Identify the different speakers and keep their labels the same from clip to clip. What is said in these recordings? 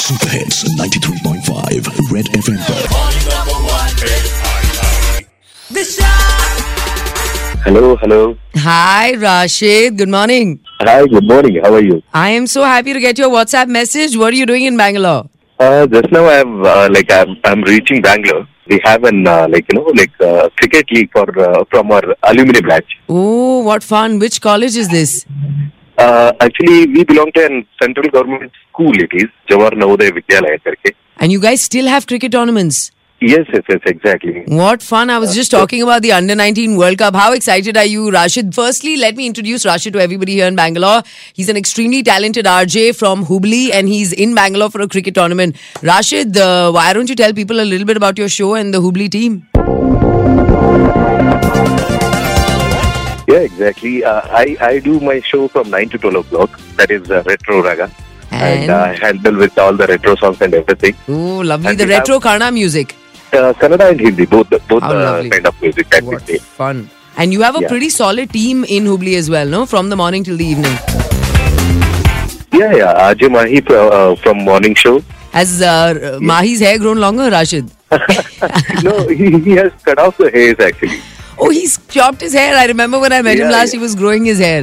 Speaker 1: Super Hits 93.5 Red FM.
Speaker 2: Hello, hello.
Speaker 3: Hi, Rashid. Good morning.
Speaker 2: Hi, good morning. How are you?
Speaker 3: I am so happy to get your WhatsApp message. What are you doing in Bangalore?
Speaker 2: Uh, just now I'm uh, like I'm I'm reaching Bangalore. We have an uh, like you know like uh, cricket league for uh, from our alumni batch.
Speaker 3: Oh, what fun. Which college is this?
Speaker 2: Uh, actually, we belong to an central government school. It is Jawahar Navodaya Vidyalaya करके.
Speaker 3: And you guys still have cricket tournaments?
Speaker 2: Yes, yes, yes, exactly.
Speaker 3: What fun. I was just talking about the Under 19 World Cup. How excited are you, Rashid? Firstly, let me introduce Rashid to everybody here in Bangalore. He's an extremely talented RJ from Hubli and he's in Bangalore for a cricket tournament. Rashid, uh, why don't you tell people a little bit about your show and the Hubli team?
Speaker 2: Yeah, exactly. Uh, I I do my show from nine to twelve o'clock. That is uh, retro raga, and I handle with all the retro songs and everything.
Speaker 3: oh, lovely.
Speaker 2: and
Speaker 3: The
Speaker 2: we have-
Speaker 3: retro Karna music.
Speaker 2: Uh, Kannada and Hindi, both both
Speaker 3: How
Speaker 2: uh,
Speaker 3: lovely.
Speaker 2: kind of music that we
Speaker 3: What
Speaker 2: play.
Speaker 3: fun. And you have a
Speaker 2: Yeah.
Speaker 3: pretty solid team in Hubli as well, no? From the morning till the evening.
Speaker 2: Yeah, yeah. Ajay Mahi uh, uh, from morning show.
Speaker 3: Has uh, Mahi's hair grown longer, Rashid?
Speaker 2: no, he, he has cut off the hairs actually.
Speaker 3: Oh, he's chopped his hair. I remember when I met him
Speaker 2: Yeah,
Speaker 3: last,
Speaker 2: yeah.
Speaker 3: he was growing his hair.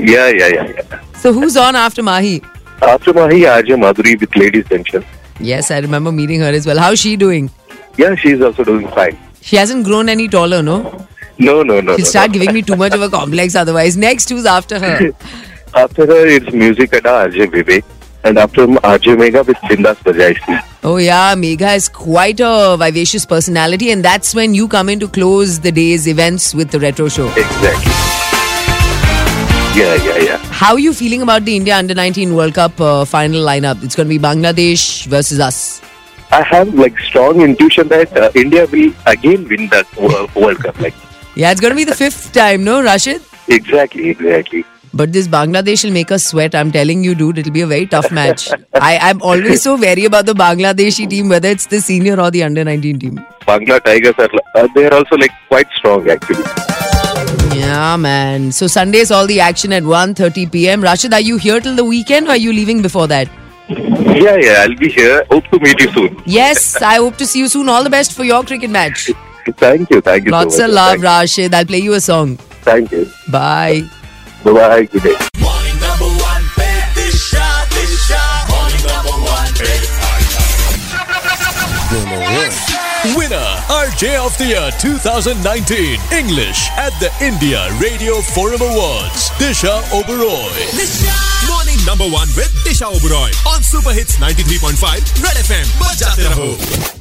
Speaker 2: Yeah, yeah, yeah. yeah.
Speaker 3: So who's on after Mahi?
Speaker 2: After Mahi, Ajay Madhuri with ladies tension.
Speaker 3: Yes, I remember meeting her as well. How's she doing?
Speaker 2: Yeah, she's also doing fine.
Speaker 3: She hasn't grown any taller, no?
Speaker 2: No, no, no.
Speaker 3: She'll
Speaker 2: no,
Speaker 3: start
Speaker 2: no.
Speaker 3: giving me too much of a complex otherwise. Next, who's after her?
Speaker 2: After her, it's music and Ajay Vivek. And after him, Ajay Mega with Bindas Bajai. Singh.
Speaker 3: Oh, yeah, Megha is quite a vivacious personality, and that's when you come in to close the day's events with the retro show.
Speaker 2: Exactly. Yeah, yeah, yeah.
Speaker 3: How are you feeling about the India Under 19 World Cup uh, final lineup? It's going to be Bangladesh versus us.
Speaker 2: I have like strong intuition that uh, India will again win that Wo- World Cup. Like
Speaker 3: Yeah, it's going to be the fifth time, no, Rashid?
Speaker 2: exactly, exactly.
Speaker 3: But this Bangladesh will make us sweat. I'm telling you, dude, it'll be a very tough match. I, I'm always so wary about the Bangladeshi team, whether it's the senior or the under 19 team.
Speaker 2: Bangla Tigers are uh, they are also like quite strong actually.
Speaker 3: Yeah, man. So Sunday's all the action at 1.30 p.m. Rashid, are you here till the weekend or are you leaving before that?
Speaker 2: Yeah, yeah. I'll be here. Hope to meet you soon.
Speaker 3: Yes, I hope to see you soon. All the best for your cricket match.
Speaker 2: Thank you. Thank you. so
Speaker 3: Lots
Speaker 2: much.
Speaker 3: of love,
Speaker 2: Thank you.
Speaker 3: Rashid. I'll play you a song.
Speaker 2: Thank you.
Speaker 3: Bye.
Speaker 2: Bye bye. Good day.
Speaker 4: Morning number one bed. This shot, this shot. Morning number one bed. Winner, RJ of the Year 2019 English at the India Radio Forum Awards. Disha Oberoi. Morning number one with Disha Oberoi on Super Hits 93.5 Red FM. Bajate raho.